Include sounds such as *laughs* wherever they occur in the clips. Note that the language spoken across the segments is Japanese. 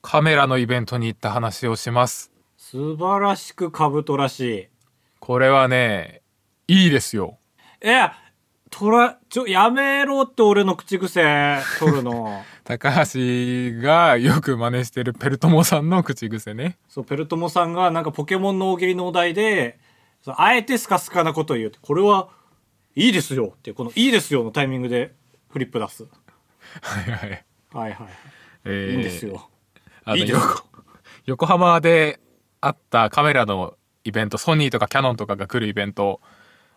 カメラのイベントに行った話をします素晴らしくカブトらしい。これはねいいですよえ、とら、ちょ、やめろって俺の口癖、取 *laughs* るの。高橋がよく真似してるペルトモさんの口癖ねそう、ペルトモさんがなんかポケモンの大喜利のお題で、そうあえてスカスカなことを言う。これは、いいですよっていう、このいいですよのタイミングでフリップ出す。はいはい、はいはい。えーいいんですよ。あのいいですよ横横浜であったカメラのイベントソニーとかキャノンとかが来るイベント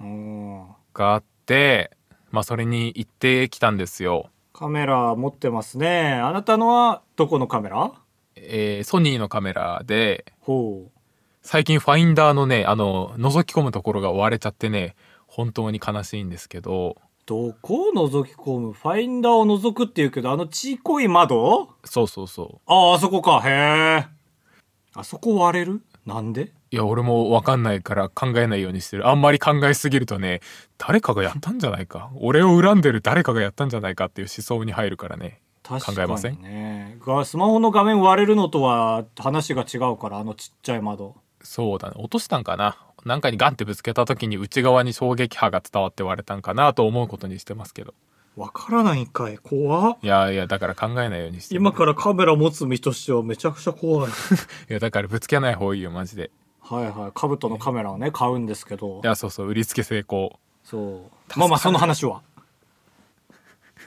うん。があってまあそれに行ってきたんですよ、カメラ持ってますね。あなたのは、どこのカメラえーソニーのカメラでほう。最近ファインダーのねあの覗き込むところが割れちゃってね本当に悲しいんですけどどこを覗き込むファインダーを覗くって言うけど、あのちいこい窓そうそうそああ、あそこか。へえ。あそこ割れるなんでういや俺も分かんないから考えないようにしてるあんまり考えすぎるとね誰かがやったんじゃないか俺を恨んでる誰かがやったんじゃないかっていう思想に入るからね確考えまかせにね。がスマホの画面割れるのとは話が違うから、あのちっちゃい窓。そうだね落としたんかななんかにガンってぶつけた時に内側に衝撃波が伝わって割れたんかなと思うことにしてますけどわからないんかい。怖っいやいやだから考えないようにしてる今からカメラ持つ身としてはめちゃくちゃ怖い。いやだからぶつけない方がいいよマジではいはい。カブトのカメラをね、買うんですけどい。やそうそう売りつけ成功そう。まあまあ、その話は。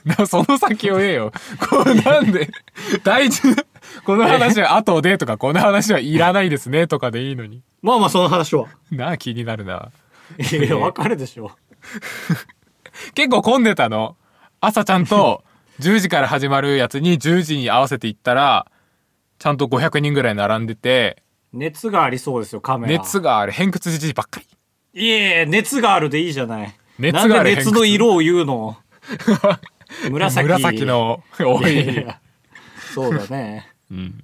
なその先を言えよこうなんで大事なこの話は後でとかこの話はいらないですねとかでいいのにまあまあ、その話は。なあ気になるないやいや、わかるでしょ。結構混んでたの朝ちゃん *laughs* と10時から始まるやつに10時に合わせて行ったらちゃんと500人ぐらい並んでて熱がありそうですよ、カメラ。熱があれ偏屈じじいばっかりいえいえ、熱があるでいいじゃない。熱なんがあるで熱の色を言 *laughs* うの紫。の多いやいい、や。そうだね。うん、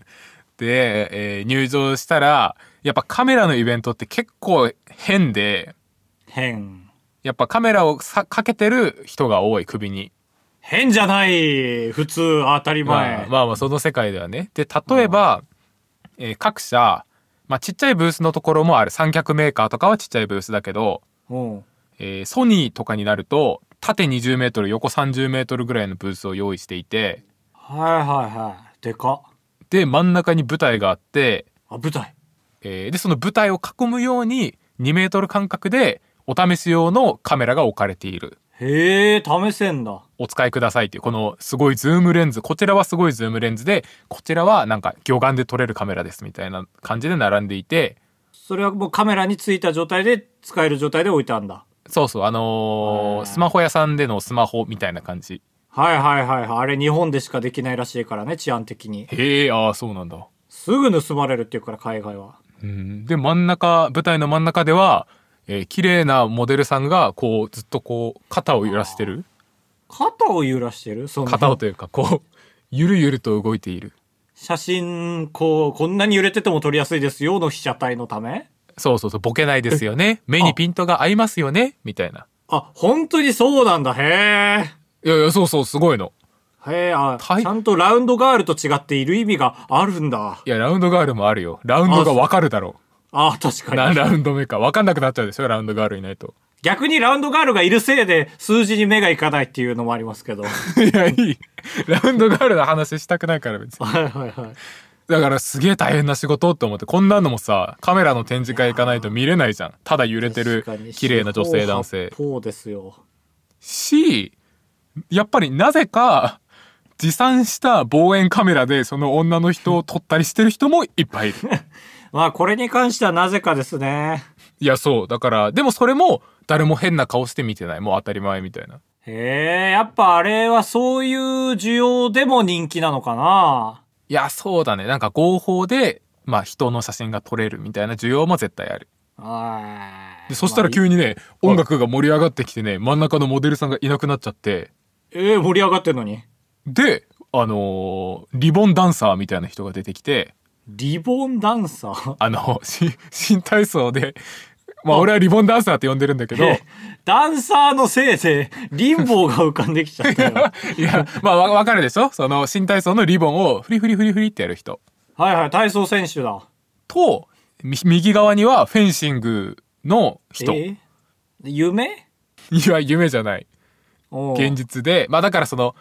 で、えー入場したらやっぱカメラのイベントって結構変で変。やっぱカメラをさかけてる人が多い首に変じゃない普通、当たりま前。あ、まあまあその世界ではねで例えば、えー各社、まあ、ちっちゃいブースのところもある三脚メーカーとかはちっちゃいブースだけど、うん。えーソニーとかになると縦2 0ル横3 0ルぐらいのブースを用意していてはいはいはい。でかっ。で真ん中に舞台があってあ、舞台。えーでその舞台を囲むように2メートル間隔でお試し用のカメラが置かれているへえ、試せんだ。お使いくださいっていうこのすごいズームレンズこちらはすごいズームレンズでこちらはなんか魚眼で撮れるカメラですみたいな感じで並んでいてそれはもうカメラについた状態で、使える状態で置いたんだ。そうそうあのーへースマホ屋さんでのスマホみたいな感じはいはいはいはい。あれ日本でしかできないらしいからね、治安的に。へえああそうなんだすぐ盗まれるっていうから、海外は。うんで真ん中舞台の真ん中では、えー綺麗なモデルさんがこうずっとこう肩を揺らしてる肩を揺らしてるその肩をというかこうゆるゆると動いている写真、こう、こんなに揺れてても撮りやすいですよの被写体のためそうそうそう、ボケないですよね。目にピントが合いますよね。みたいな。あ、本当にそうなんだ。へいやいや、そうそう、すごいの。え。へえ、あ、はいちゃんとラウンドガールと違っている意味があるんだ。いや、ラウンドガールもあるよ。ラウンドがわかるだろあ、確う。か何に。ラウンド目か。わかんなくなっちゃうでしょ、ラウンドガールいないと。逆にラウンドガールがいるせいで数字に目がいかないっていうのもあります *laughs* けど。はい *laughs* や、いい。ラウンドガールの話したくないから別に。いはいはい。だからすげえ大変な仕事って思って、こんなのもさ、カメラの展示会行かないと見れないじゃん。ただ揺れてる確かに綺麗な女性男性四。方八方ですよ。し、やっぱりなぜか、持参した望遠カメラでその女の人を撮ったりしてる人もいっ *laughs* ぱいいる。まあ、これに関してはなぜかですね。いや、そう。だから、でもそれも、誰も変な顔して見てない。もう当たり前みたいな。へえ、やっぱあれはそういう需要でも人気なのかないや、そうだね。なんか合法で、まあ人の写真が撮れるみたいな需要も絶対ある。あーで、そしたらまあ急にね、音楽が盛り上がってきてね、真ん中のモデルさんがいなくなっちゃって、ええ盛り上がってんのに。で、あのーリボンダンサーみたいな人が出てきて、リボンダン *laughs* サーあの、し新体操で、まあ俺はリボンダンサーって呼んでるんだけど、ダンサーのせいで、リンボーが浮かんでき *laughs* ちゃったよ。いや、まあわわかるでしょその新体操のリボンをフリフリフリフリってやる人。はいはい、体操選手だ。とみ右側にはフェンシングの人、えー夢いや夢じゃない現実。実でまあだからその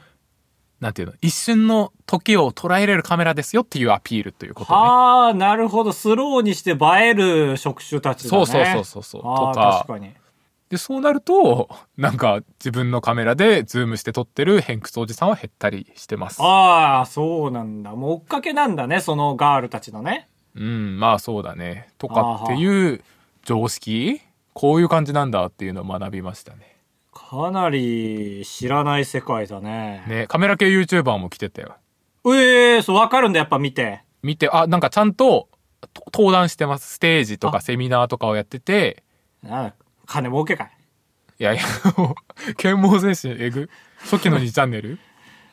なんていうの一瞬の時を捉えれるカメラですよっていうアピールということねはあ、なるほど。スローにして映える職種たちだそうね。そうそうそうそうあとーか確かに。でそうなるとなんか自分のカメラでズームして撮ってる偏屈おじさんは減ったりしてますああ、そうなんだ。もう追っかけなんだね、そのガールたちのね。うんまあそうだねとかっていう常識こういう感じなんだっていうのを学びましたねかなり知らない世界だね。ねカメラ系 YouTuber も来てたよええそう、わかるんだ、やっぱ見て。見てあなんかちゃんとと登壇してますステージとかあセミナーとかをやっててなんだ金儲けかい。いやいやもう剣謀精神えぐ初期の2チャンネル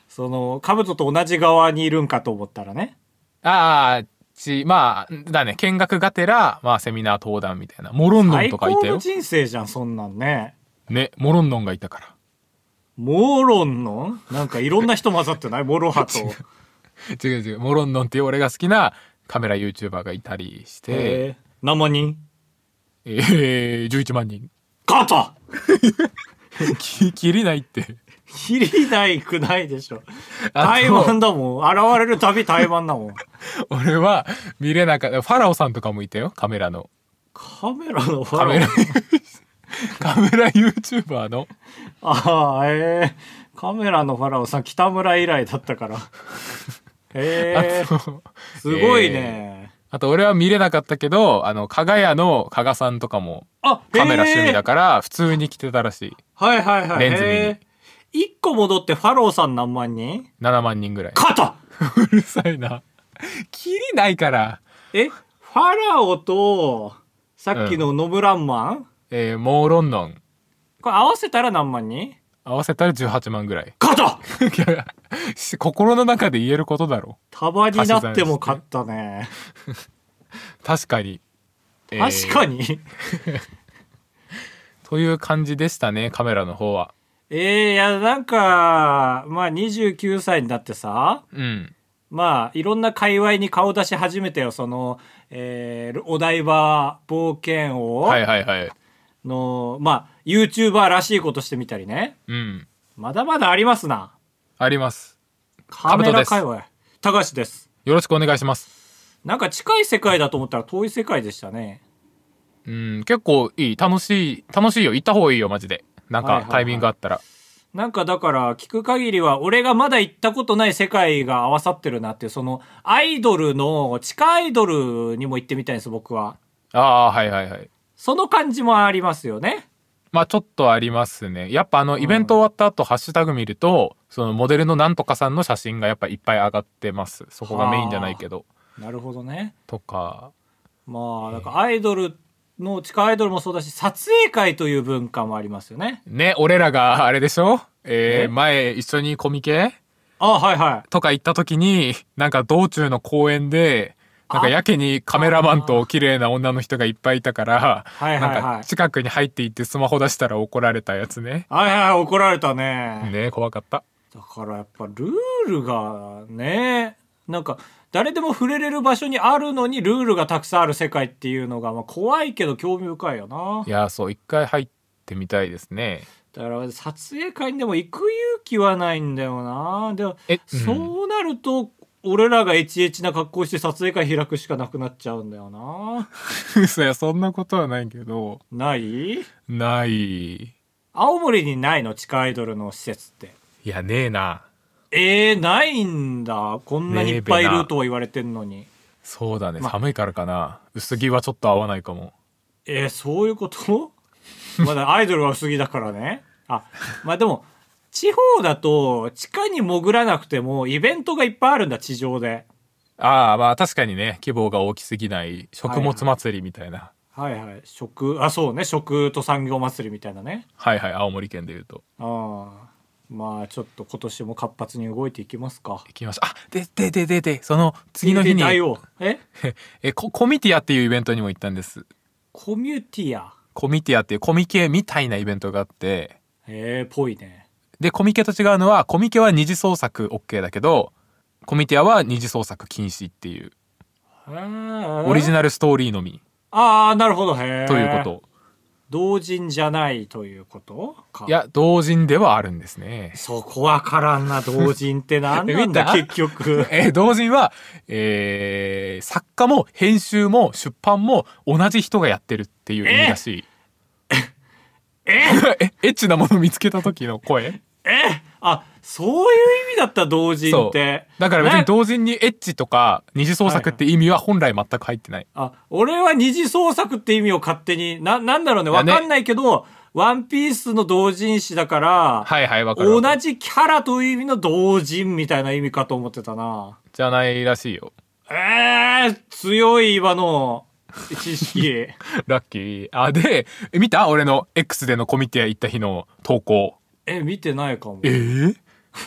その、兜と同じ側にいるんかと思ったらね。ああちまあだね見学がてら、まあ、セミナー登壇みたいなモロンノン最と高かいたのよ人生じゃん、そんなんね。ねモロンノンがいたからモロンのなんかいろんな人混ざってないモロ *laughs* ハと。違う違うモロンノンっていう俺が好きなカメラ YouTuber がいたりしてえー、生人えー、11万人カタき切りないって切りないくないでしょ。あ台と湾だもん。現れるたび台湾だもん。俺は見れなかったファラオさんとかもいたよカメラのカメラのフカァメララオ。カメラ YouTuber のああ、えー、カメラのファラオさん、北村以来だっ *laughs* たから。えあー、とすごいえーね。あと俺は見れなかったけどあの加賀屋の加賀さんとかもあ、カメラ趣味だかから普通に来てたらしいはいはいはい。レンズ見にへー一個戻ってファローさん何万人7万人ぐらい肩 *laughs* うるさいな切りないからえ、ファラオと、さっきのノブランマン、えー、モーロンノンこれ合わせたら何万人合わせたら18万ぐらい *laughs* 肩いやし心の中で言えることだろ束になっても勝ったね。確かに、えー確かに。という感じでしたねカメラの方はえー、いや、なんか、まあ29歳になってさ、うんまあ、いろんな界隈に顔出し始めてよ。その、えー、お台場冒険王はいはいはいの、まあ、YouTuber らしいことしてみたりね。うんまだまだありますな。ありますカメラ界隈。高橋です。よろしくお願いしますなんか近い世界だと思ったら遠い世界でしたね。うん結構いい楽しい楽しいよ行った方がいいよマジでなんはいはいかはいタイミングあったら、なんかだから聞く限りは俺がまだ行ったことない世界が合わさってるなっていうそのアイドルの地下アイドルにも行ってみたいんです僕は。ああはいはいはいその感じもありますよね。まあちょっとありますねやっぱあのイベント終わった後、ハッシュタグ見るとそのモデルのなんとかさんの写真がやっぱいっぱい上がってますそこがメインじゃないけどなるほどね。とかまあなんかアイドルの地下アイドルもそうだし撮影会という文化もありますよね。ね俺らがあれでしょえーえ前一緒にコミケあはいはい。とか行った時になんか道中の公園でなんかやけにカメラマンと綺麗な女の人がいっぱいいたからはいはいなはいんか近くに入っていってスマホ出したら怒られたやつねはいはい怒られたね。ね怖かっただからやっぱルールがねなんか誰でも触れれる場所にあるのにルールがたくさんある世界っていうのが、まあ、怖いけど興味深いよないやーそう一回入ってみたいですねだから撮影会にでも行く勇気はないんだよなでもえうんそうなると俺らがエチエチな格好して撮影会開くしかなくなっちゃうんだよな *laughs* 嘘やそんなことはないけどないないい青森にないの地下アイドルの施設ってやねえなえー、ないんだこんなにいっぱいいるとは言われてんのに。そうだね、ま寒いからかな薄着はちょっと合わないかもえーそういうこと *laughs* まだアイドルは薄着だからね。あ、まあでも、地方だと地下に潜らなくてもイベントがいっぱいあるんだ、地上で。ああまあ確かにね規模が大きすぎない食物祭りみたいな、はいはい。食、あ、そうね。食と産業祭りみたいなね。はい、はい青森県でいうとああ。まあちょっと今年も活発に動いていきますか。行きましょうあでででででその次の日に大王。ええココミティアっていうイベントにも行ったんですコミュティア。コミティアっていうコミケみたいなイベントがあってえー、ぽいね。でコミケと違うのはコミケは二次創作 OK だけどコミティアは二次創作禁止っていうオオリジル。ナルストーリーのみああ、なるほど。へえ。ということ。同人じゃないということか。い、や、同人ではあるんですね。そこわからんな、同人ってなんなん見た。だ、結局 *laughs* えー同人は、えー作家も編集も出版も同じ人がやってるっていう意味らしい。 *laughs* えエッチなもの見つけた時の声えあ、そういう意味だった、同人って。だから別にな同人にエッチとか二次創作って意味は本来全く入ってない。あ、俺は二次創作って意味を勝手に、な、なんだろうね、いやわねかんないけど、ワンピースの同人誌だから、はいはい、わかる同わかる。じキャラという意味の同人みたいな意味かと思ってたな。じゃないらしいよ。 *laughs* えー、強い今の *laughs* 知識。ラッキー。あ、で、え見た俺の X でのコミティア行った日の投稿。え、見てないかも。えー、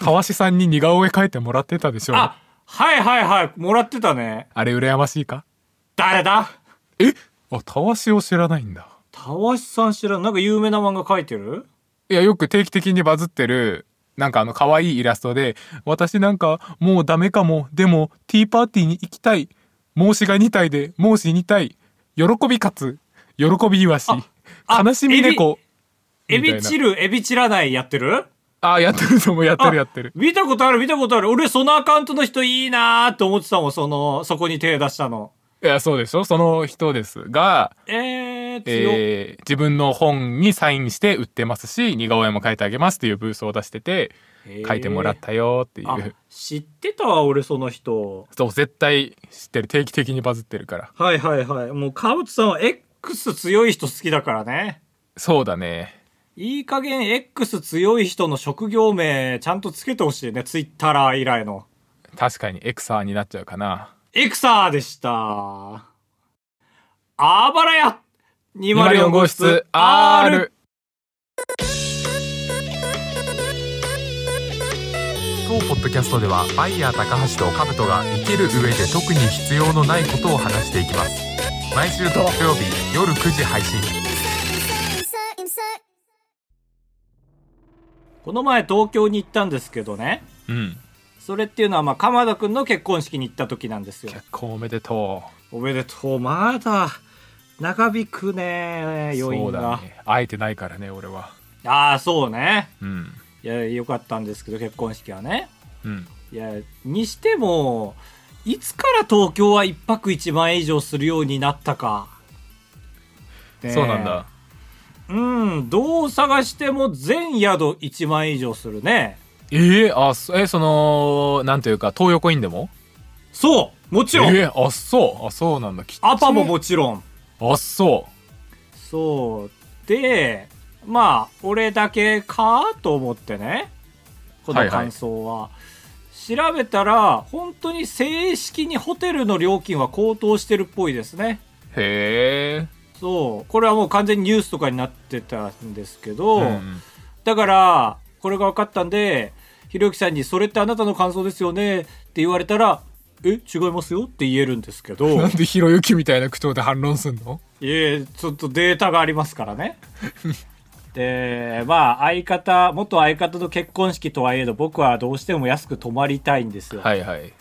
川志さんに似顔絵描いてもらってたでしょああ、はいはいはい、もらってたね。あれ羨ましいか誰だえあ、たわしを知らないんだ。たわしさん知らん。なんか有名な漫画描いてるいや、よく定期的にバズってる、なんかあの、可愛いイラストで、私なんかもうダメかも。でも、ティーパーティーに行きたい。孟子が2体で、孟子2体。喜び勝つ。喜びいわし。あ悲しみ猫。エみたいなビチる、エビチらないやってるあ、やってると思う。やってあるやってる。見たことある、見たことある。俺、そのアカウントの人いいなーって思ってたもん、その、そこに手出したの。いや、そうでしょその人ですが、えー、強っ。えー自分の本にサインして売ってますし、似顔絵も描いてあげますっていうブースを出してて、へー描いてもらったよっていあう。、知ってたわ、俺、その人。そう、絶対知ってる。定期的にバズってるから。はいはいはい。もう、川内さんは X 強い人好きだからね。そうだね。いい加減 X 強い人の職業名ちゃんとつけてほしいね。ツイッター以来の。確かにエクサーになっちゃうかな。エクサーでした。あばらや !204 号室 R! 当ポッドキャストではバイヤー高橋とカブトが生きる上で特に必要のないことを話していきます毎週土曜日夜9時配信 insert, insert. この前東京に行ったんですけどね。うんそれっていうのはまあ鎌田くんの結婚式に行った時なんですよ。結婚おめでとおめでとう。まだ長引くねう余そう韻だが。ね会えてないからね俺はああ、そうね。うんいや、よかったんですけど結婚式はね。うんいや、にしても、いつから東京は一泊一万円以上するようになったか。ねえそうなんだ。うん、どう探しても全宿一万円以上するね。ええあそえそのなんというか東横インでもそうもちろん、ええあそうあそうなんだきっちアパももちろん。あそうそう。で、まあ、俺だけかと思ってね。こはいのはい感想は。調べたら、本当に正式にホテルの料金は高騰してるっぽいですね。へえそうこれはもう完全にニュースとかになってたんですけど、うんだからこれが分かったんでひろゆきさんに「それってあなたの感想ですよね」って言われたら「え違いますよ」って言えるんですけ *laughs* どなんでひろゆきみたいな口調で反論すんのいえちょっとデータがありますからね。でまあ相方元相方と結婚式とはいえど僕はどうしても安く泊まりたいんですよ、はいはい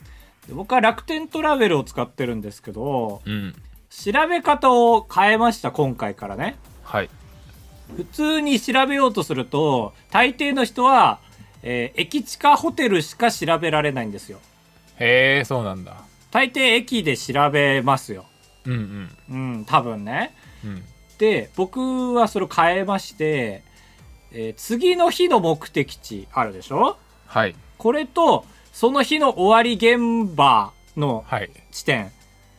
で僕は楽天トラベルを使ってるんですけどうん調べ方を変えました今回からねはい普通に調べようとすると大抵の人は、えー駅地下ホテルしか調べられないんですよへえそうなんだ大抵駅で調べますようんうんうん多分ねうんで僕はそれを変えまして、えー次の日の目的地あるでしょはいこれとその日の終わり現場のはい地点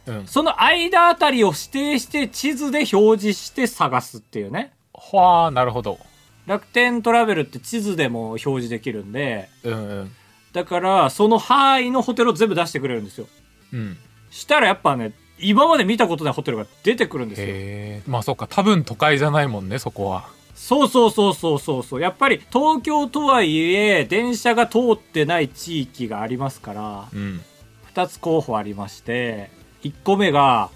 うんその間あたりを指定して地図で表示して探すっていうねはあなるほど楽天トラベルって地図でも表示できるんでうんうんだから、その範囲のホテルを全部出してくれるんですよ。うんしたらやっぱね、今まで見たことないホテルが出てくるんですよ。へえまあそっか多分都会じゃないもんねそこはそうそうそうそうそうそう。やっぱり東京とはいえ、電車が通ってない地域がありますから、うん2つ候補ありまして、1個目が、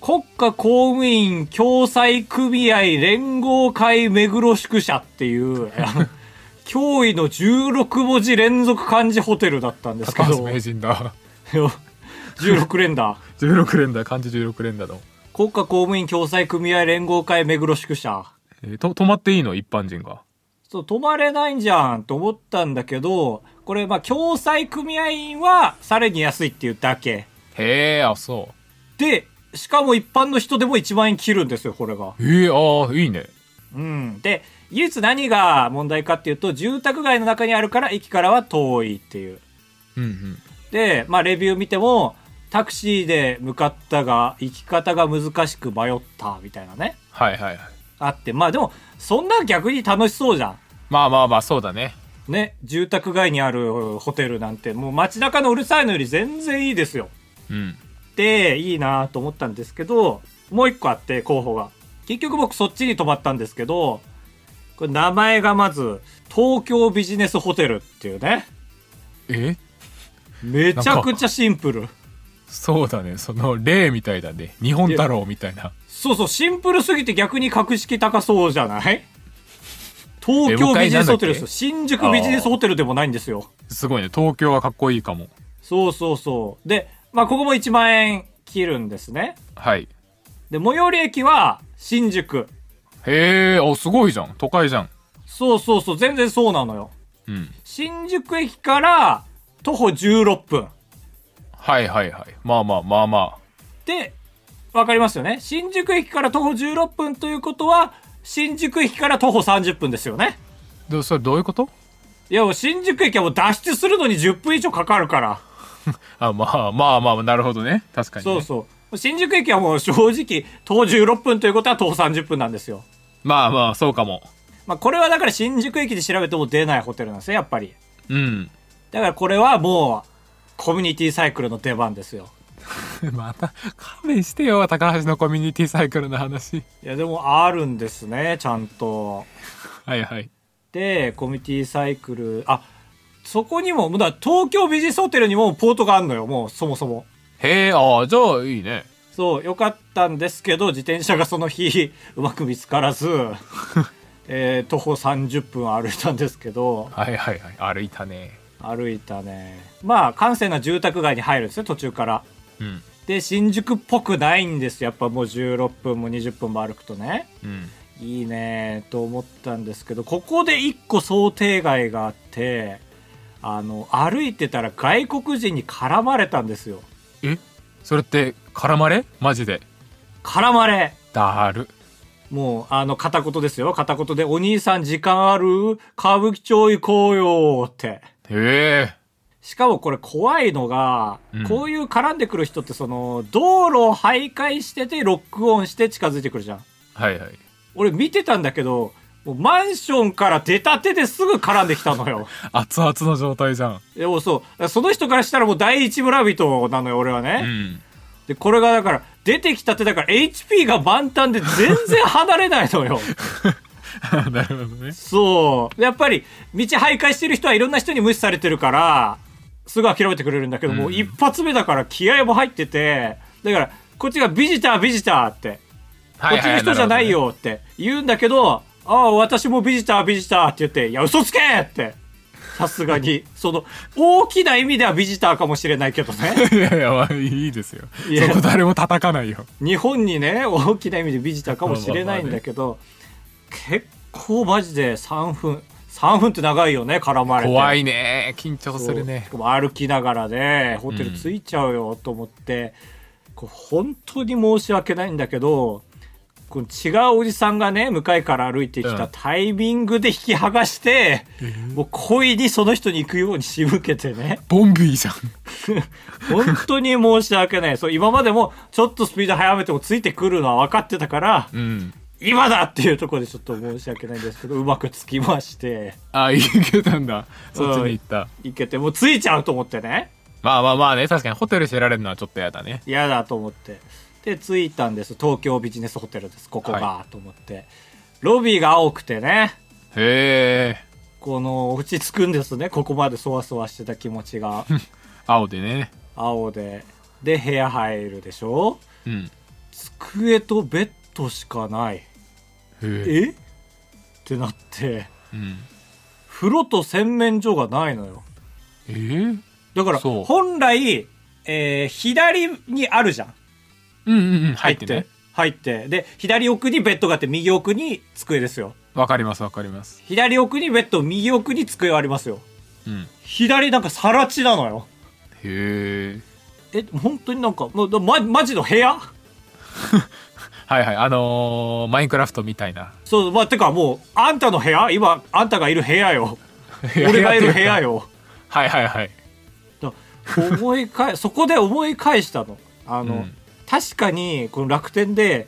国家公務員共済組合連合会目黒宿舎っていう、 *laughs* 驚異の16文字連続漢字ホテルだったんですけ高 *laughs* ど。 *laughs* 橋名人だよ16連打。 16連打漢字16連打の、国家公務員共済組合連合会目黒宿舎。えーと泊まっていいの一般人がそう、泊まれないんじゃんと思ったんだけど、これ、まあ、共済組合員はさらに安いっていうだけ。へえあそで、しかも一般の人でも1万円切るんですよ、これが。うへえあーいいねうん。で、唯一何が問題かっていうと、住宅街の中にあるから駅からは遠いっていう。うんうんで、まあ、レビュー見ても、タクシーで向かったが、行き方が難しく迷った、みたいなね。はいはいはいあって、まあでも、そんなん逆に楽しそうじゃん。まあまあまあそうだねね、住宅街にあるホテルなんて、もう街中のうるさいのより全然いいですよ。うんで、いいなと思ったんですけど、もう一個あって、候補が。結局僕そっちに泊まったんですけど、これ名前がまず、東京ビジネスホテルっていうね。えめちゃくちゃシンプル。そうだねその例みたいだね日本太郎みたいなそうそう、シンプルすぎて逆に格式高そうじゃない東えもう京一回ビジネスホテルなんだっですけよ。新宿ビジネスホテルでもないんですよ。すごいね東京はかっこいいかもそうそうそう。で、まあ、ここも1万円切るんですね。はいで、最寄り駅は新宿。へえあすごいじゃん都会じゃんそうそうそう、全然そうなのよ。うん新宿駅から徒歩16分。はいはいはいまあまあまあまで、わかりますよね。新宿駅から徒歩16分ということは、新宿駅から徒歩30分ですよね。あでそれどういうこといや、もう新宿駅はもう脱出するのに10分以上かかるから。あまあまあまあなるほどね確かにね、そうそう。新宿駅はもう *laughs* 正直、徒歩16分ということは徒歩30分なんですよ。まあまあそうかもまあ、これはだから新宿駅で調べても出ないホテルなんですよ、やっぱり。うんだからこれはもう、コミュニティサイクルの出番ですよ。 *laughs* また勘弁してよ高橋のコミュニティサイクルの話いや、でもあるんですね、ちゃんと。はいはいで、コミュニティサイクル、あ、そこにも、もうだから東京ビジネスホテルにもポートがあるのよ、もうそもそも。へえああじゃあいいねそう、よかったんですけど、自転車がその日、 *laughs* うまく見つからず、えー徒歩30分歩いたんですけど、はいはいはい歩いたね歩いたね。まあ、閑静な住宅街に入るんですね、途中から。うんで新宿っぽくないんですよやっぱもう16分も20分も歩くとねうんいいねと思ったんですけどここで1個想定外があってあの歩いてたら外国人に絡まれたんですよえそれって絡まれマジで絡まれだるもうあの片言ですよ片言で「お兄さん時間ある歌舞伎町行こうよ」ってへえしかもこれ怖いのが、うんこういう絡んでくる人ってその道路を徘徊しててロックオンして近づいてくるじゃんはいはい俺見てたんだけど、もうマンションから出たてですぐ絡んできたのよ。熱々の状態じゃんでもそう、だからその人からしたらもう第一村人なのよ、俺はね。うんで、これがだから、出てきたてだから HP が満タンで全然離れないのよ。 *laughs* *laughs* なるほどねそう。やっぱり、道徘徊してる人はいろんな人に無視されてるから、すぐ諦めてくれるんだけど、もう一発目だから気合も入ってて、だから、こっちがビジター、ビジターって、こっちの人じゃないよって言うんだけど、ああ、私もビジター、ビジターって言って、いや、嘘つけって。さすがに、その、大きな意味ではビジターかもしれないけどね。いやいや、まあ、いいですよ。いやそこ誰も叩かないよ。日本にね、大きな意味でビジターかもしれないんだけど、結構マジで3分、3分って長いよね、絡まれて。 *laughs* 怖い。いね。緊張するねし。かも歩きながらね、ホテル着いちゃうよと思って、こう本当に申し訳ないんだけど、この違うおじさんがね、向かいから歩いてきうたんタイミングで引き剥がして、もう故意にその人に行くように仕向けてね。ボンビーじゃん。本当に申し訳ない。そう、今までもちょっとスピード速めてもついてくるのは分かってたから、うん。今だっていうところでちょっと申し訳ないんですけど、うまくつきまして、あ、いけたんだ。そっちに行った。行けて、もうついちゃうと思ってね。まあまあまあね、確かにホテル知られるのはちょっと嫌だね。嫌だと思ってで着いたんです東京ビジネスホテルですここが、はと思ってロビーが青くてねへえ。この落ち着くんですねここまでそわそわしてた気持ちが青でね。青でで部屋入るでしょうん。机とベッドしかないへえ。えってなってうん。風呂と洗面所がないのよえーだからそう本来えー左にあるじゃん。うんうんうん入入っってて。ね入って。で、左奥にベッドがあって、右奥に机ですよ。わかりますわかります左奥にベッド、右奥に机はありますよ。うん左なんか更地なのよ。へええ、本当になんか、もう、ま、マジの部屋はいはいあのーマインクラフトみたいなそう、まあ、てかもう、あんたの部屋今、あんたがいる部屋 *laughs* よ。俺がいる部屋よよ。はいはいはいだ思い返 *laughs* そこで思い返したのあの、うん確かにこの楽天で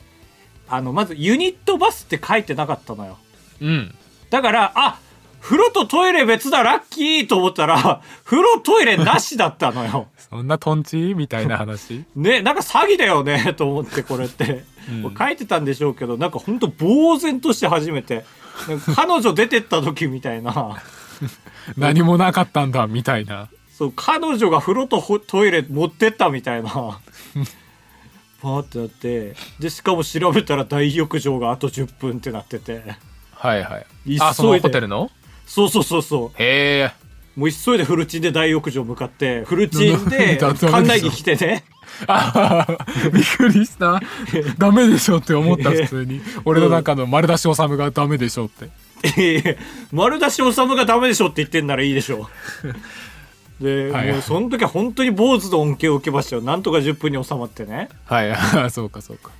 あのまずユニットバスって書いてなかったのようんだからあ風呂とトイレ別だラッキーと思ったら *laughs* 風呂トイレなしだった *laughs* のよそんなトンチみたいな *laughs* 話ねなんか詐欺だよねと思ってこれって、うん書いてたんでしょうけどなんかほんと呆然として初めてなんか彼女出てった時みた *laughs* いな何もなかったんだみたいなそう彼女が風呂とほトイレ持ってったみたいなパーってなってでしかも調べたら大浴場があと10分ってなっててはいはい急いであそのホテルのそうそうそうそへえうもう急いでフルチンで大浴場向かってフルチンでだってあ館れで内しょ着来てね *laughs* あーびっくり *laughs* したダメでしょって思った普通に俺の中の丸出し修がダメでしょっていやいや丸出し修がダメでしょって言ってんならいいでしょで、はいはいもうその時は本当に坊主の恩恵を受けましたよなんとか10分に収まってねはいあー *laughs* そうかそうか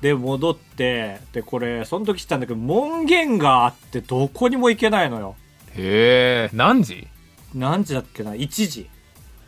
で戻ってでこれその時知ったんだけど門限があってどこにも行けないのよへえ何時何時だっけな1時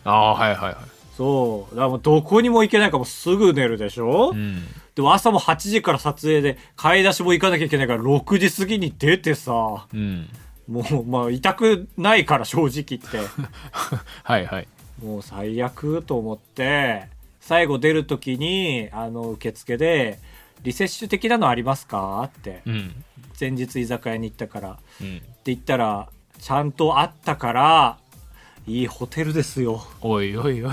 ああーはいはいはそうだからもうどこにも行けないからもうすぐ寝るでしょ、いうんでも朝も8時から撮影で買い出しも行かなきゃいけないから6時過ぎに出てさうん *laughs* もうまあ痛くないから正直言って *laughs* はいはいもう最悪と思って最後出る時にあの受付で「リセッシュ的なのありますか?」ってうん前日居酒屋に行ったからってうん言ったらちゃんとあったからいいホテルですよおいおいおい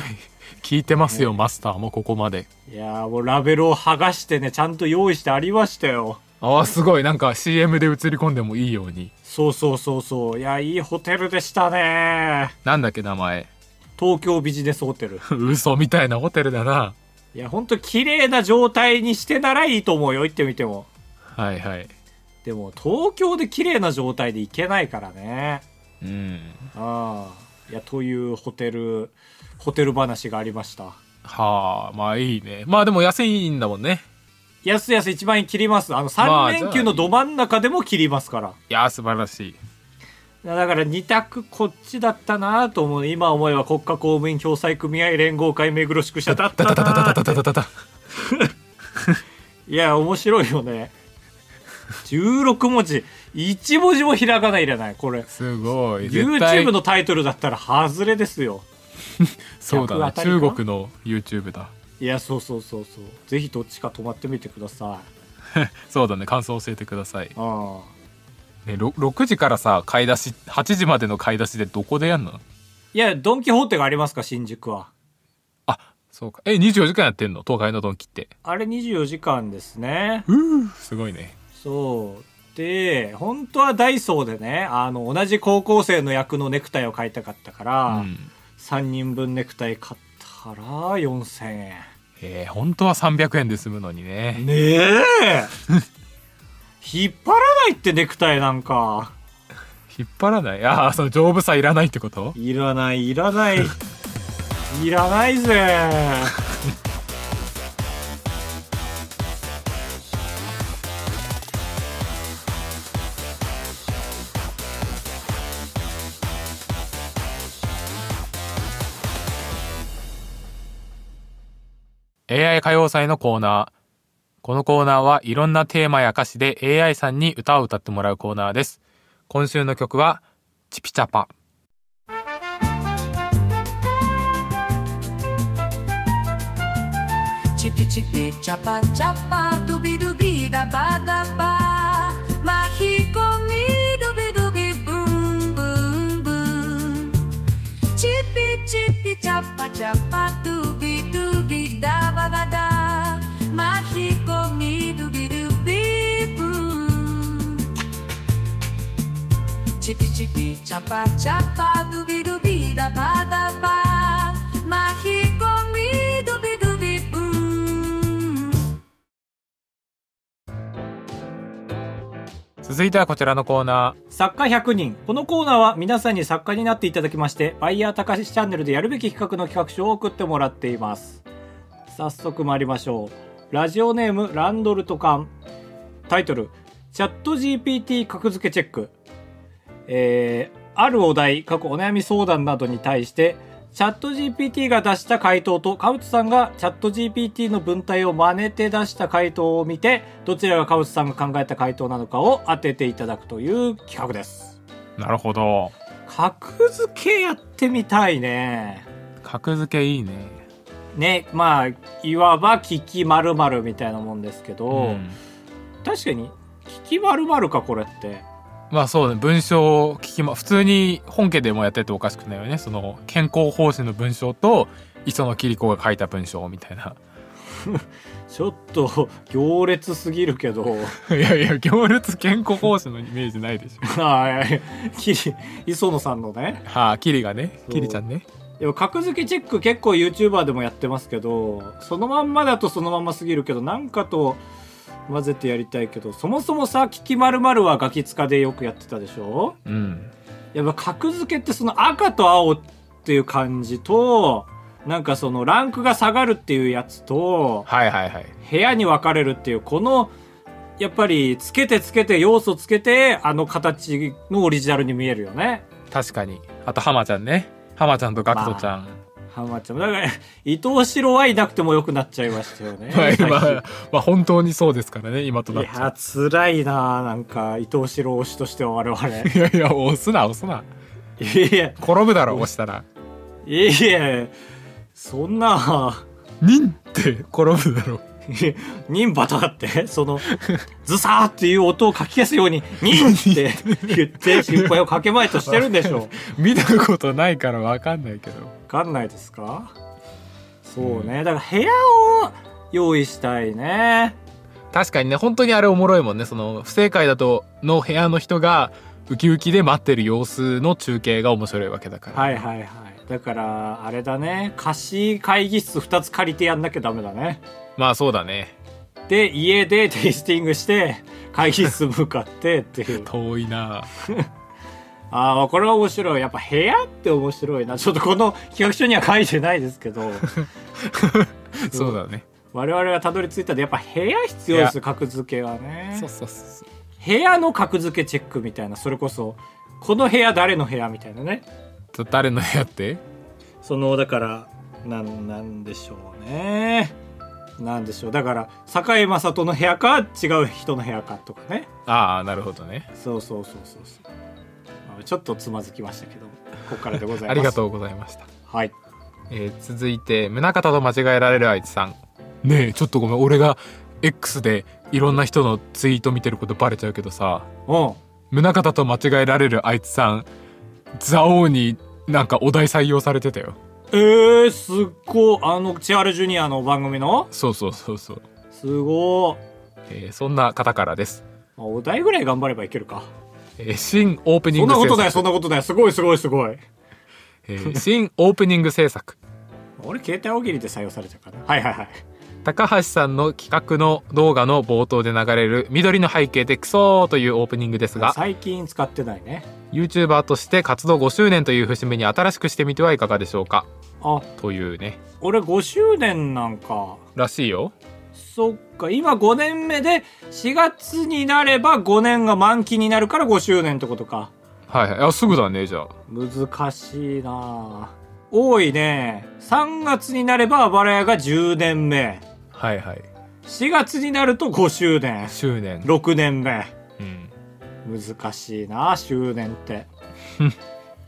聞いてますよマスターもここまでいやーもうラベルを剥がしてねちゃんと用意してありましたよああすごいなんか CM で映り込んでもいいようにそうそうそうそういやいいホテルでしたねなんだっけ名前 *laughs* 東京ビジネスホテル嘘みたいなホテルだないやほんと綺麗な状態にしてならいいと思うよ行ってみてもはいはいでも東京で綺麗な状態で行けないからねうんああいやというホテルホテル話がありましたはあまあいいねまあでも安いんだもんね安々1万円切りますあのま3あじゃあ連休のど真ん中でも切りますから、いやー素晴らしいだから2択こっちだったなと思う今思えば国家公務員共済組合連合会目黒宿舎だったな *laughs* ってたたいや面白いよね16文字1文字もひらがないらないこれすごい絶対 YouTube のタイトルだったら外れですよそうだな逆当たりか中国の YouTube だいやそうそうそうそうぜひどっちか泊まってみてくださいそうだね感想教えてください、ああね、ろ6時からさ買い出し8時までの買い出しでどこでやんのいやドン・キホーテがありますか新宿はあそうかえ24時間やってんの東海のドンキってあれ24時間ですねうーすごいねそうで本当はダイソーでねあの同じ高校生の役のネクタイを買いたかったから、うん3人分ネクタイ買ったら4000円えー、本当は300円で済むのにねねえ *laughs* 引っ張らないってネクタイなんか引っ張らないああその丈夫さいらないってこといらないいらないいらないぜ AI 歌謡祭のコーナーこのコーナーはいろんなテーマや歌詞で AI さんに歌を歌ってもらうコーナーです今週の曲はチピチャパチピチピチャパチャパドビドビダバダバ巻き込みドビドビブンブンブンチピチピチャパチャパドビドビダババダ巻き込みドビドビブンチピチピチャパチャパドゥビドゥビダバダバ巻き込み続いてはこちらのコーナ作家100人。このコーナーは皆さんに作家になっていただきまして、バイヤーたかしチャンネルでやるべき企画の企画書を送ってもらっています。早速参りましょう。ラジオネーム、ランドルトカン。タイトル、チャット GPT 格付けチェック。えーあるお題、過去お悩み相談などに対して、チャット GPT が出した回答と、カウツさんがチャット GPT の文体を真似て出した回答を見て、どちらがカウツさんが考えた回答なのかを当てていただくという企画です。ーなるほど格付けやってみたいね。格付けいいねね、まあ、いわば聞き〇〇みたいなもんですけど、うん確かに、聞き〇〇か、これって。まあそうね文章を聞きま普通に本家でもやってておかしくないよねその健康方針の文章と磯野桐子が書いた文章みたいなちょっと、行列すぎるけど。 *laughs* *laughs* いやいや行列健康方針のイメージないでしょはい。キリ、磯野さんのね。は *laughs* あキリがねそうキリちゃんねでも格付けチェック結構 YouTuber でもやってますけど、そのまんまだとそのまんますぎるけど、なんかと混ぜてやりたいけど、そもそもさ、聞きまるまるはガキツカでよくやってたでしょうんやっぱ格付けってその赤と青っていう感じと、なんかそのランクが下がるっていうやつと、はいはいはい部屋に分かれるっていうこのやっぱりつけてつけて要素つけてあの形のオリジナルに見えるよね確かにあと浜ちゃんね浜ちゃんとガクトちゃん、ハマちゃんもだから伊藤四郎はいなくてもよくなっちゃいましたよ *laughs* ねまあ今、最近まあ、本当にそうですからね今といなっちゃや辛いななんか伊藤四郎推しとしては我々いういやいや押すな押すなや転ぶだろ押したらいやそんな「忍」って転ぶだろ *laughs* 忍バタだってそのズサーっていう音をかき消すよう *laughs* に「忍」って言って心配をかけまいとしてるんでしょう見たことないから分かんないけどわかんないですかそうね、だから部屋を用意したいね確かにね本当にあれおもろいもんねその不正解だとの部屋の人がウキウキで待ってる様子の中継が面白いわけだから、はいはいはいだからあれだね貸し会議室2つ借りてやんなきゃダメだねまあそうだねで家でテイスティングして会議室向かってって *laughs* いう遠いなああこれは面白いやっぱ部屋って面白いなちょっとこの企画書には書いてないですけどそうだね我々がたどり着いたでやっぱ部屋必要ですよ格付けはねそうそうそうそう部屋の格付けチェックみたいなそれこそこの部屋誰の部屋みたいなねちょ誰の部屋ってそのだからなんなんでしょうねなんでしょうだから堺雅人の部屋か違う人の部屋かとかねああなるほどねそうそうそうそうそうちょっとつまずきましたけどここからでございますありがとうございましたはいえー続いて宗像と間違えられるあいつさんねえちょっとごめん俺が X でいろんな人のツイート見てることバレちゃうけどさうん宗像と間違えられるあいつさん蔵王になんかお題採用されてたよえー、すっごいあの千原ジュニアの番組のそうそうそうそう、すごいえーそんな方からです、まあお題ぐらい頑張ればいけるかえー新オープニそンんグなこ制とない作そんなことないすごいすごいすごいえー新オープニング制作俺携帯大喜利で採用されたかなはいはいはい高橋さんの企画の動画の冒頭で流れる緑の背景でクソーというオープニングですが最近使ってないね YouTuber として活動5周年という節目に新しくしてみてはいかがでしょうかあというね俺5周年なんからしいよそっか今5年目で4月になれば5年が満期になるから5周年ってことかはいはいあすぐだねじゃあ難しいなぁ多いね3月になればあばらやが10年目はいはい4月になると5周年周年6年目うん難しいなぁ周年って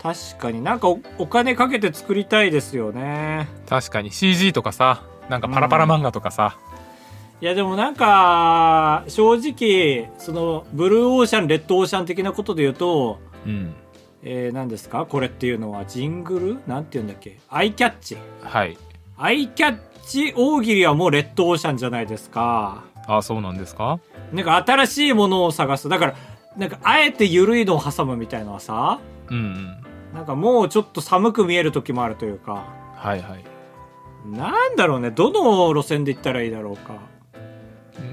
確かになんかおお金かけて作りたいですよね確かに CG とかさなんかパラパラ漫画とかさ、いやでもなんか正直そのブルーオーシャンレッドオーシャン的なことで言うとうん、えー、何ですかこれっていうのはジングルなんて言うんだっけアイキャッチはいアイキャッチ大喜利はもうレッドオーシャンじゃないですかあそうなんですかなんか新しいものを探すだからなんかあえて緩いのを挟むみたいのはさうんうんなんかもうちょっと寒く見える時もあるというかはいはいなんだろうねどの路線で行ったらいいだろうか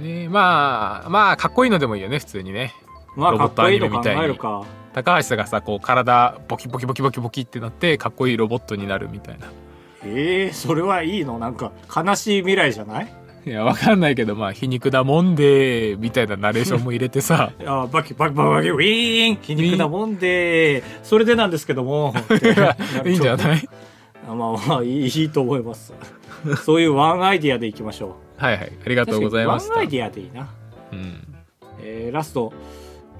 ねまあまあかっこいいのでもいいよね普通にねまあかロボっットこアいいニメのみ考たいえるにか高橋がさこう体ボキボキボキボキボキってなってかっこいいロボットになるみたいなえー、それはいいのなんか悲しい未来じゃないいやわかんないけどまあ皮肉だもんでみたいなナレーションも入れてさあバキバキバキバキウィーン皮肉なもんでそれでなんですけども *laughs* いいんじゃいないまあまあいいいいと思いますそういうワンアイディアでいきましょう *laughs* はいはいありがとうございまし確かにワたンアイディアでいいな、うんえーラスト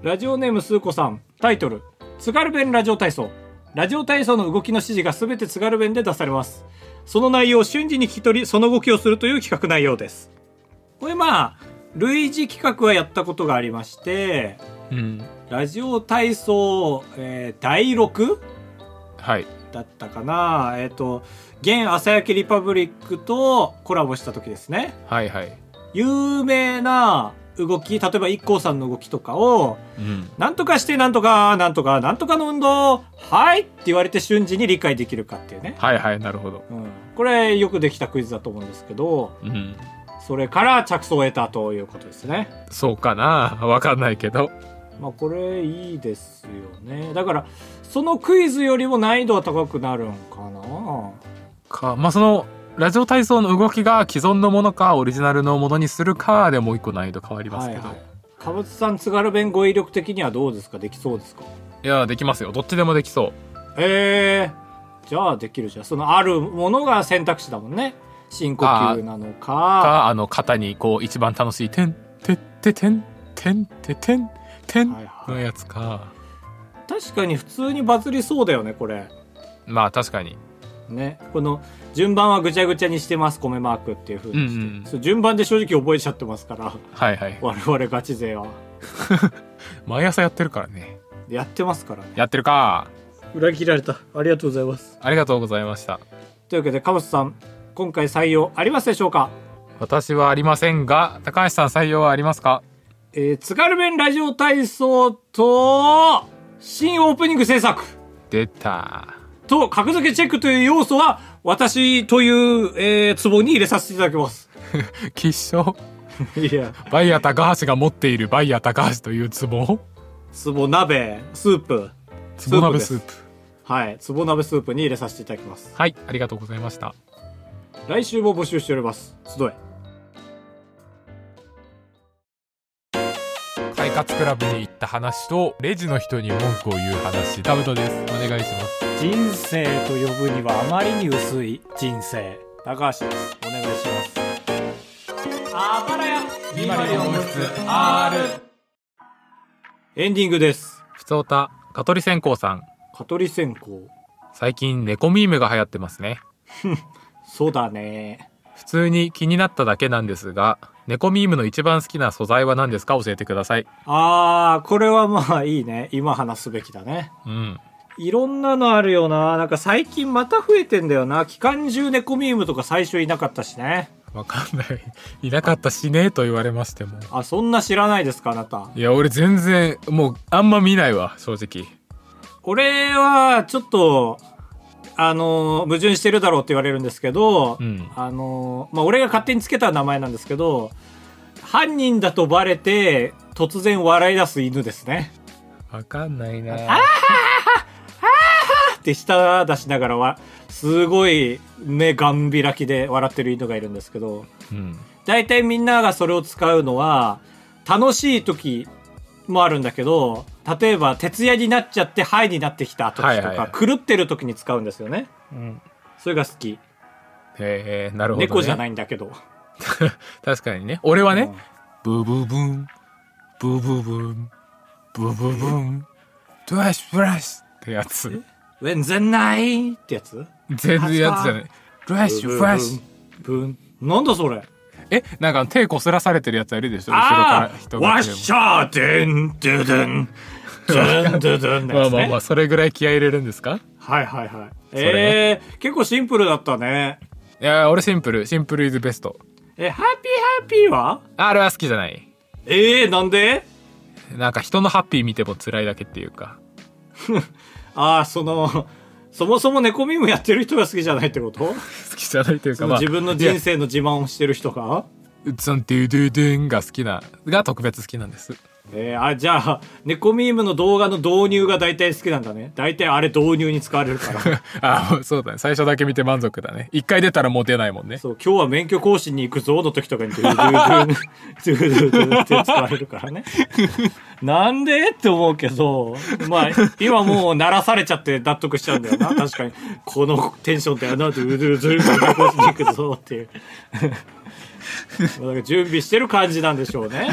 ラジオネームすうこさんタイトル「津軽弁ラジオ体操」ラジオ体操の動きの指示が全て津軽弁で出されますその内容を瞬時に聞き取りその動きをするという企画内容ですこれまあ類似企画はやったことがありましてうんラジオ体操、えー第 6? はいだったかなえっ、と現朝焼けリパブリックとコラボした時ですねはいはい有名な動き例えば IKKO さんの動きとかをうん「なんとかしてなんとかなんとかなんとかの運動はい!」って言われて瞬時に理解できるかっていうね、はいはいなるほどうん、これよくできたクイズだと思うんですけどうんそれから着想を得たということですね。そうかなわかんないけどまあこれいいですよねだからそのクイズよりも難易度は高くなるんかなかまあそのラジオ体操の動きが既存のものかオリジナルのものにするかでもう一個難易度変わりますけど、はいいはい川津さん津軽弁語彙力的にはどうですかできそうですかやできますよどっちでもできそえー、じゃあできるじゃんそのあるものが選択肢だもんね深呼吸なのうかかあの肩にこう一番楽しい「てんてっててんてんててんてんはい」はいのやつか確かに普通にバズりそうだよねこれまあ確かにねこの順番はぐちゃぐちゃにしてます米マークっていう風にしうて、んうんそう順番で正直覚えちゃってますから *laughs* はいはい我々ガチ勢は毎朝やってるからねやってますからねやってるか裏切られたありがとうございますありがとうございましたというわけでカブスさん今回採用ありますでしょうか私はありませんが高橋さん採用はありますかえー津軽弁ラジオ体操と新オープニング制作出たと格付けチェックという要素は私という、えー、壺に入れさせていただきます。吉祥 *laughs* いや、バイヤー高橋が持っているバイヤー高橋というツボ壺鍋、スープ。ツボ鍋ススーーププはい、壺鍋スープに入れさせていただきます。はいありがとうございました来週も募集しております。集え。快活クラブに行った話とレジの人に文句を言う話ダブトですお願いします人生と呼ぶにはあまりに薄い人生。高橋です。お願いします。あばらやエンディングです。ふつおた香取線香さん蚊取り線香。最近猫ミームが流行ってますねそうだね。普通に気になっただけなんですが猫ミームの一番好きな素材は何ですか教えてくださいあー、これはまあいいね。今話すべきだね。うんいろんなのあるよな。なんか最近また増えてんだよな。期間中ネコミームとか最初いなかったしね。わかんない *laughs* いなかったしねえと言われましてもあ、そんな知らないですか、あなた。いや俺全然もうあんま見ないわ正直俺は、ちょっと、あのー、矛盾してるだろうって言われるんですけど、うんあのー、まあ、俺が勝手につけた名前なんですけど、犯人だとバレて、突然笑い出す犬ですね。 *laughs* わかんないなって舌出しながらは、すごい目がん開きで笑ってる犬がいるんですけど、うん大体みんながそれを使うのは楽しい時もあるんだけど例えば徹夜になっちゃってハイになってきた時とか、はいはいはい狂ってる時に使うんですよね、それが好き、へえなるほど、ね、猫じゃないいんだけど確かにね俺はねうブーんブーブーンブーブーブーンブーブーブーンドラッシュブラッシュってやつ「When the night」ってやつ全然やつじゃないドラッシュブラッシュブンなんだそれえなんか手こすらされてるやつあるでしょ後ろかあらあ人がわっ手をしゃーでんででんでんででんのまやあつまあねまあそれぐらい気合い入れるんですかはいはいはいれえー、結構シンプルだったねいや俺シンプルシンプルイズベストえハッピーハッピーはあれは好きじゃないえー、なんでなんか人のハッピー見ても辛いだけっていうかああそのそもそも猫ミームやってる人が好きじゃないってこと好きじゃないというそかのまあ自分の人生の自慢をしてる人がいやうつんていうドゥドゥンが好きなが特別好きなんです *laughs* えーあじゃあ猫ミームの動画の導入が大体好きなんだね大体あれ導入に使われるからあそうだね最初だけ見て満足だね一回出たらもう出ないも *laughs* んねそう今日は免許更新に行くぞの時とかにドゥドゥドゥンドゥドゥドゥンって使われるからねなんでって思うけどまあ今もう鳴らされちゃって納得しちゃうんだよな確かにこのテンションってあなたドゥドゥドゥン免許更新に行くぞっていう *laughs* まあだから準備してる感じなんでしょうね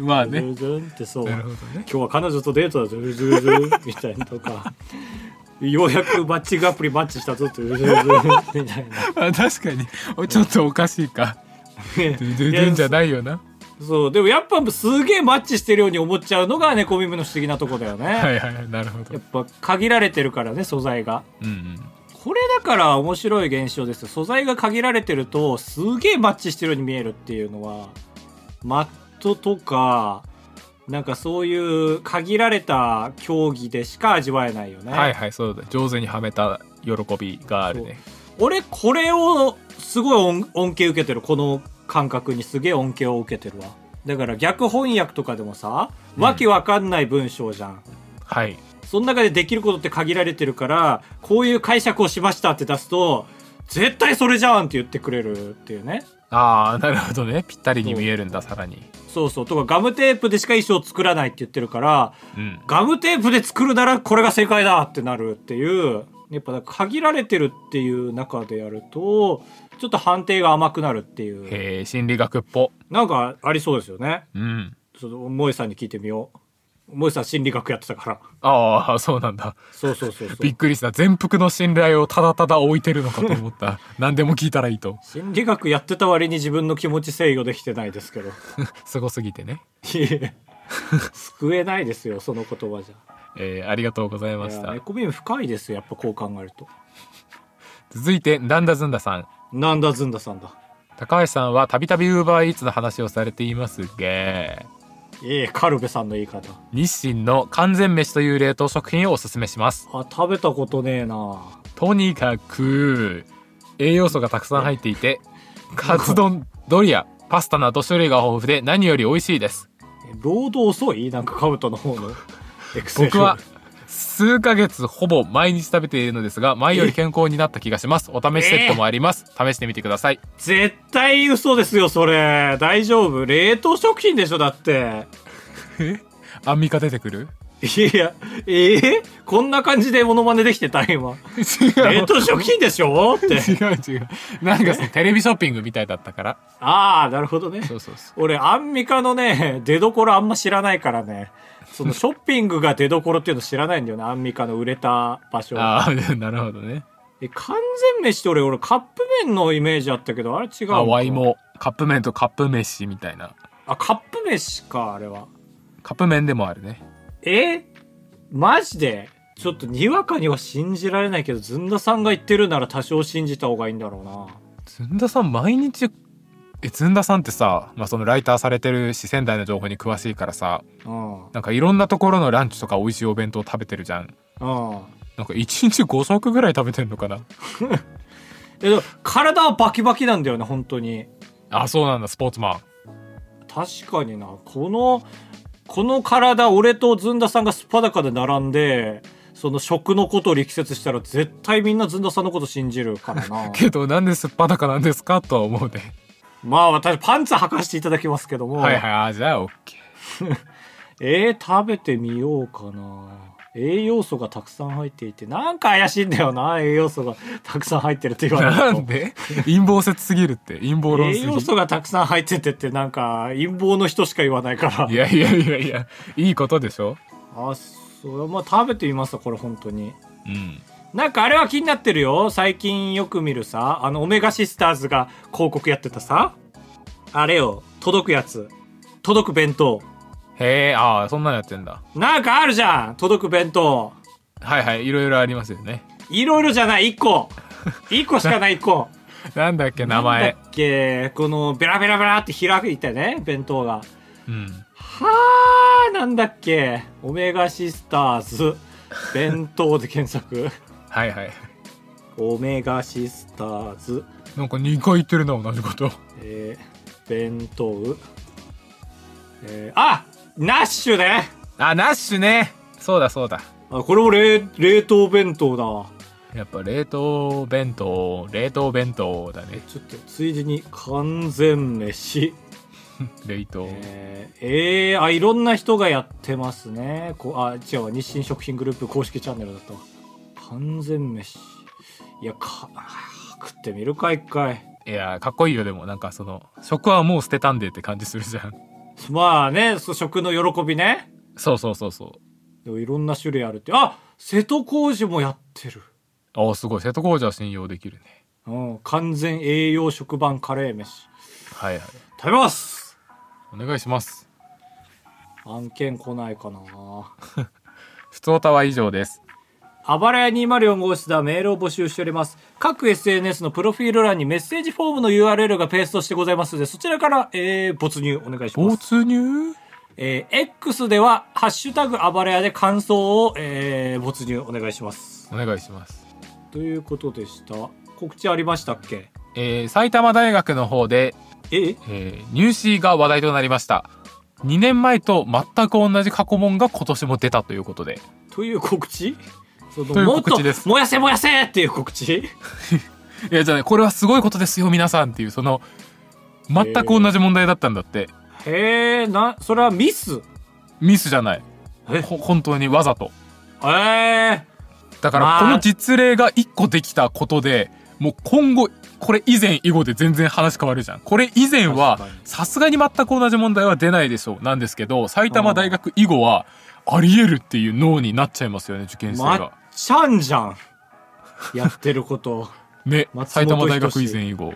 まあズねルズルンってそう、なるほどね今日は彼女とデートだズルズルズルンみたいなとかようやくマッチングアプリマッチしたぞズルズルズルンみたいなあ確かにおちょっとおかしいか全然じゃないよなそうでもやっぱすげえマッチしてるように思っちゃうのが猫耳の不思議なとこだよね、はいはいはいなるほやどっぱ限られてるからね素材がうんうんこれだから面白い現象ですよ素材が限られてるとすげえマッチしてるように見えるっていうのはマットとかなんかそういう限られた競技でしか味わえないよね、はいはいそうだ上手にはめた喜びがあるね俺これをすごい恩恩恵受けてるこの感覚にすげえ恩恵を受けてるわだから逆翻訳とかでもさわけわかんない文章じゃん、はいその中でできることって限られてるからこういう解釈をしましたって出すと絶対それじゃんって言ってくれるっていうねああなるほどねぴったりに見えるんださらにそうそうとかガムテープでしか衣装作らないって言ってるからうんガムテープで作るならこれが正解だってなるっていうやっぱ限られてるっていう中でやるとちょっと判定が甘くなるっていうへえ心理学っぽなんかありそうですよね。うんちょっと萌さんに聞いてみよう。萌さん心理学やってたから。ああそうなんだそうそうそうそう。 *laughs* びっくりした全幅の信頼をただただ置いてるのかと思った *laughs* 何でも聞いたらいいと *laughs* 心理学やってた割に自分の気持ち制御できてないですけど。いすごすぎてね、え。救えないですよ、その言葉じゃ。えーありがとうございまいしやた猫耳深いですよ、やっぱこう考えると。続いてなんだずんださんなんだずんださんだ。高橋さんはたびたびウーバーイーツの話をされていますがええ、カルベさんの言い方。日清の完全飯という冷凍食品をおすすめしますあ、食べたことねえな。とにかく栄養素がたくさん入っていてカツ丼ドリアパスタなど種類が豊富で何より美味しいですえ労働遅いなんかカブトの方の。エクセル僕は数ヶ月ほぼ毎日食べているのですが前より健康になった気がしますお試しセットもあります、試してみてください絶対嘘ですよ、それ。大丈夫。冷凍食品でしょ、だって。アンミカ出てくるいや、ええこんな感じでモノマネできてた *laughs* 今。違冷凍食品でしょって。違う違うなんかそのテレビショッピングみたいだったからああ、なるほどね。そうそうそ俺、アンミカのね、出所あんま知らないからね。そ *laughs* のショッピングが出所っていうの知らないんだよね。アンミカの売れた場所う。ああなるほどねえ、完全飯って俺、俺カップ麺のイメージあったけど、あれ違うのかあワイ。もカップ麺とカップ飯みたいなあ、カップ飯か、あれは。カップ麺でもあるねえマジでちょっとにわかには信じられないけど、ずんださんが言ってるなら多少信じた方がいいんだろうな。ずんださん毎日えずんださんってさ、まあ、そのライターされてるし仙台の情報に詳しいからさうん。なんかいろんなところのランチとか美味しいお弁当食べてるじゃんうん。なんか一日5食ぐらい食べてんのかなえでも体はバキバキなんだよね本当にあそうなんだスポーツマン確かになこのこの体俺とずんださんがすっ裸で並んでその食のことを力説したら絶対みんなずんださんのこと信じるから *laughs* なけどなんですっぱだかなんですかとは思うねまあ私パンツ履かしていただきますけども、はいはいあじゃあ OK えー、食べてみようかな栄養素がたくさん入っていてなんか怪しいんだよな栄養素がたくさん入ってるって言われるなとんで陰謀説すぎるって陰謀論す栄ぎ養素がたくさん入っててってなんか陰謀の人しか言わないからいやいやいやいやいいことでしょあそれまあ食べてみますわこれ本当にうんなんかあれは気になってるよ最近よく見るさあのオメガシスターズが広告やってたさあれよ届くやつ届く弁当へえああそんなのやってんだなんかあるじゃん届く弁当はいはいいろいろありますよねいろいろじゃない1個1個しかない1個なんだっけ名前なんだっけこのベラベラベラって開いてね弁当がうんはあなんだっけオメガシスターズ弁当で検索はいはいオメガシスターズなんか2回言ってるな同じことえー、弁当、えー、あナッシュねあナッシュねそうだそうだあこれも冷冷凍弁当だわやっぱ冷凍弁当冷凍弁当だねちょっとついでに完全飯冷凍、えー、えーあいろんな人がやってますねこうあ違うわ日清食品グループ公式チャンネルだったわ完全飯いやかあー食ってみるか一回いやーかっこいいよでもなんかその食はもう捨てたんでって感じするじゃんまあねそう食の喜びねそうそうそうそうでもいろんな種類あるってあ瀬戸康史もやってる、あーすごい瀬戸康史は信用できるねうん、完全栄養食版カレー飯はいはい食べますお願いします案件来ないかなふつおたは以上ですあばらや204号室ではメールを募集しております。各 SNS のプロフィール欄にメッセージフォームの URL がペーストしてございますので、そちらから、えー、没入お願いしま没す。入えー、X では、ハッシュタグあばらやで感想を、えー、没入お願いします。お願いしますということでした。告知ありましたっけえー埼玉大学の方で、ええー入試が話題となりました2年前と全く同じ過去問が今年も出たということでという告知そのというもっ告と知です燃やせ燃やせっていう告知いやじゃあねこれはすごいことですよ皆さんっていうその全く同じ問題だったんだって、へえ、な、それはミスミスじゃないえほ本当にわざとえだからまあこの実例が1個できたことでもう今後これ以前以後で全然話変わるじゃんこれ以前は確かにさすがに全く同じ問題は出ないでしょうなんですけど埼玉大学以後はありえるっていう脳になっちゃいますよね受験ー、生まっが、ちゃんじゃん。やってること。 *laughs* ね松本埼玉大人学志以前以後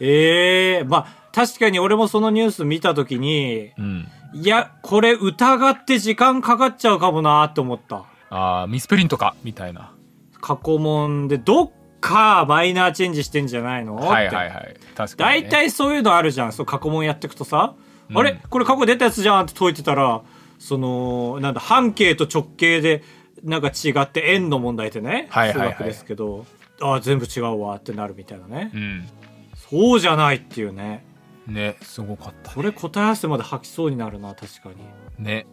ええまあ、確かに俺もそのニュース見たときに、うんいや、これ疑って時間かかっちゃうかもなーって思った。ああミスプリントかみたいな過去問でどっかマイナーチェンジしてんじゃないのはいはいってはい確かに、大ね、体そういうのあるじゃん。そう過去問やってくとさ、んあれこれ過去出たやつじゃんって解いてたら、その、なんだ、半径と直径で、なんか違って円の問題でね、はいはいはい数学ですけど、ああ、全部違うわってなるみたいなね。うんそうじゃないっていうね。ねすごかったこれ答え合わせまで吐きそうになるな確かにね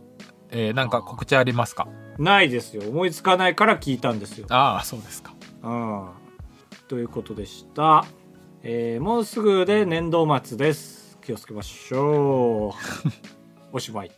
えーなんか告知ありますかないですよ思いつかないから聞いたんですよ、ああそうですかうん、ということでした、えーも *laughs* うすぐで年度末です気をつけましょうおしまい